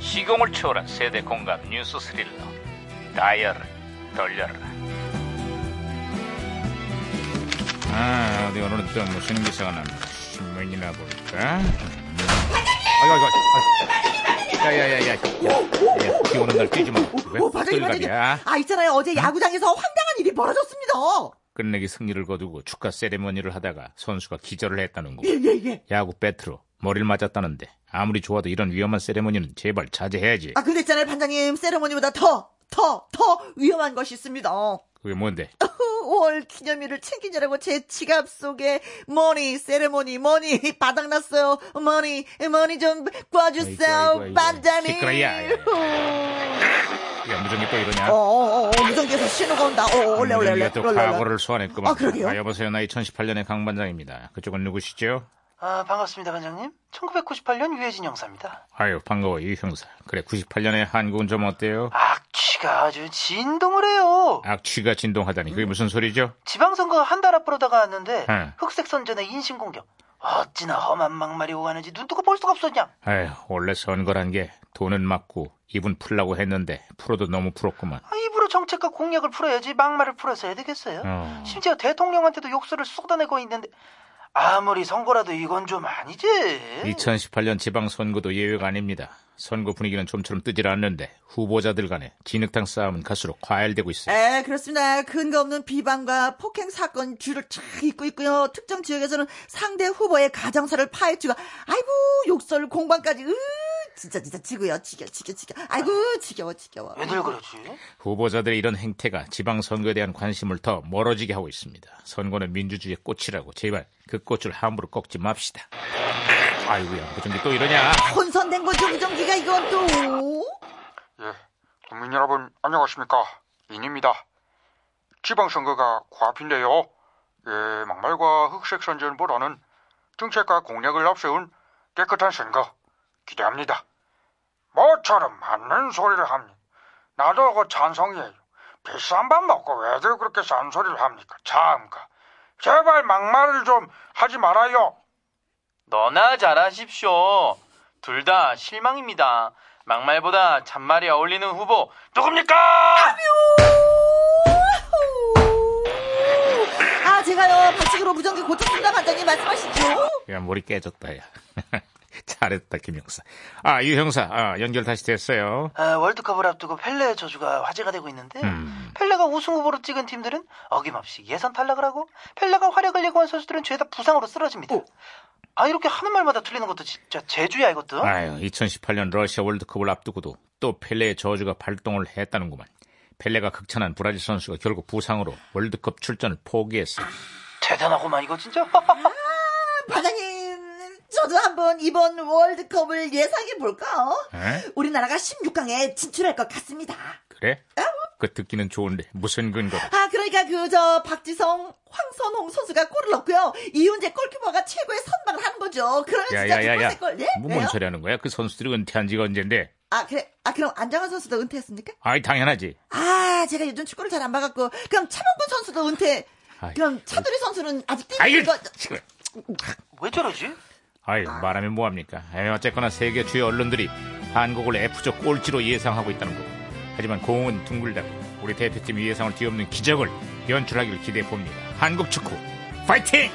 시공을 초월한 세대 공감 뉴스 스릴러 다이얼을 돌려라 아 어디 오늘은 또 무슨 기사가 났나 신문이나 볼까 아이고 아이고 아이고. 야야야야 야, 비 오는 날 뛰지 마왜 오, 반장님, 반장님. 뜰갑이야 어, 아, 있잖아요. 어제 야구장에서 황당한 일이 벌어졌습니다. 끝내기 승리를 거두고 축하 세레머니를 하다가 선수가 기절을 했다는군 예, 예, 예. 야구 배트로 머리를 맞았다는데 아무리 좋아도 이런 위험한 세레머니는 제발 자제해야지 아, 근데 있잖아요, 반장님. 세레모니보다 더, 더, 더 위험한 것이 있습니다. 그게 뭔데 5월 기념일을 챙기느라고 제 지갑 속에 머니, 세레모니, 머니 바닥났어요. 머니, 머니 좀 아이고, 아이고, 꽈주세요, 아이고. 반장님. 시끄러워, 야, 야, 야. 야 무정이 또 이러냐 어, 어, 어, 어, 무전기에서 신호가 온다. 어, 올래, 올래, 올래. 또 올래, 올래. 과거를 소환했구만. 아, 그러게요. 여보세요. 나 2018년의 강반장입니다. 그쪽은 누구시죠? 아, 반갑습니다, 반장님. 1998년 유해진 형사입니다. 아유, 반가워, 이 형사. 그래, 98년에 한국은 좀 어때요? 악취가 아주 진동을 해요. 악취가 진동하다니. 그게 무슨 소리죠? 지방선거 한 달 앞으로 다가왔는데 응. 흑색 선전의 인신공격. 어찌나 험한 막말이 오가는지 눈뜨고 볼 수가 없었냐. 아유, 원래 선거란 게 돈은 맞고 입은 풀라고 했는데 풀어도 너무 풀었구만. 아, 입으로 정책과 공약을 풀어야지 막말을 풀어서 해야 되겠어요. 어. 심지어 대통령한테도 욕설을 쏟아내고 있는데 아무리 선거라도 이건 좀 아니지. 2018년 지방선거도 예외가 아닙니다. 선거 분위기는 좀처럼 뜨질 않는데 후보자들 간의 진흙탕 싸움은 갈수록 과열되고 있어요. 에 그렇습니다. 근거 없는 비방과 폭행 사건 줄을 쫙 잇고 있고요. 특정 지역에서는 상대 후보의 가정사를 파헤치고 아이고 욕설 공방까지 으 진짜 진짜 지고요 지겨 지겨 지겨 아이고 지겨워 지겨워. 왜들 그러지? 후보자들의 이런 행태가 지방선거에 대한 관심을 더 멀어지게 하고 있습니다. 선거는 민주주의의 꽃이라고 제발 그 꽃을 함부로 꺾지 맙시다. 아이고야, 무전기 또 이러냐? 혼선된 거죠 무전기가 이건 또. 예, 국민 여러분 안녕하십니까 인입니다. 지방선거가 코앞인데요. 예, 막말과 흑색 선전보다는 정책과 공약을 앞세운 깨끗한 선거 기대합니다. 뭐처럼 맞는 소리를 합니다. 나도 그 찬성이에요. 비싼 밥 먹고 왜들 그렇게 잔소리를 합니까? 참가. 제발 막말을 좀 하지 말아요. 너나 잘하십시오. 둘 다 실망입니다. 막말보다 잔말이 어울리는 후보 누굽니까? 아 제가요 박식으로 무전기 고쳤습니다 반장님 말씀하시죠. 아, 야, 머리 깨졌다, 야. 잘했다, 김 형사. 아, 유 형사, 아, 연결 다시 됐어요. 아, 월드컵을 앞두고 펠레의 저주가 화제가 되고 있는데 음. 펠레가 우승 후보로 찍은 팀들은 어김없이 예선 탈락을 하고 펠레가 활약을 예고한 선수들은 죄다 부상으로 쓰러집니다. 아 이렇게 하는 말마다 틀리는 것도 진짜 재주야 이것도. 아유, 2018년 러시아 월드컵을 앞두고도 또 펠레의 저주가 발동을 했다는구만. 펠레가 극찬한 브라질 선수가 결국 부상으로 월드컵 출전을 포기했어. 대단하고만 이거 진짜. 반장님 저도 한번 이번 월드컵을 예상해 볼까? 에? 우리나라가 16강에 진출할 것 같습니다. 그래? 그 듣기는 좋은데 무슨 근거로? 아, 그러니까 그 저 박지성, 황선홍 선수가 골을 넣고요. 이훈재 골키퍼가 최고의 선방을 하는 거죠. 그러면 진짜 야야야야, 뒷골 골. 예? 뭐 왜요? 뭔 소리 하는 거야? 그 선수들이 은퇴한 지가 언젠데? 아, 그래. 아, 그럼 안정환 선수도 은퇴했습니까? 아이 당연하지. 아, 제가 요즘 축구를 잘 안 봐갖고. 그럼 차범근 선수도 은퇴. 아이, 그럼 차두리 선수는 아직 뛰고 아이, 있는 거. 시끄러. 왜 저러지? 아유 말하면 뭐합니까? 에이, 어쨌거나 세계 주요 언론들이 한국을 F조 꼴찌로 예상하고 있다는 거고. 하지만 공은 둥글다고 우리 대표팀이 예상을 뒤엎는 기적을 연출하길 기대해 봅니다. 한국 축구 파이팅!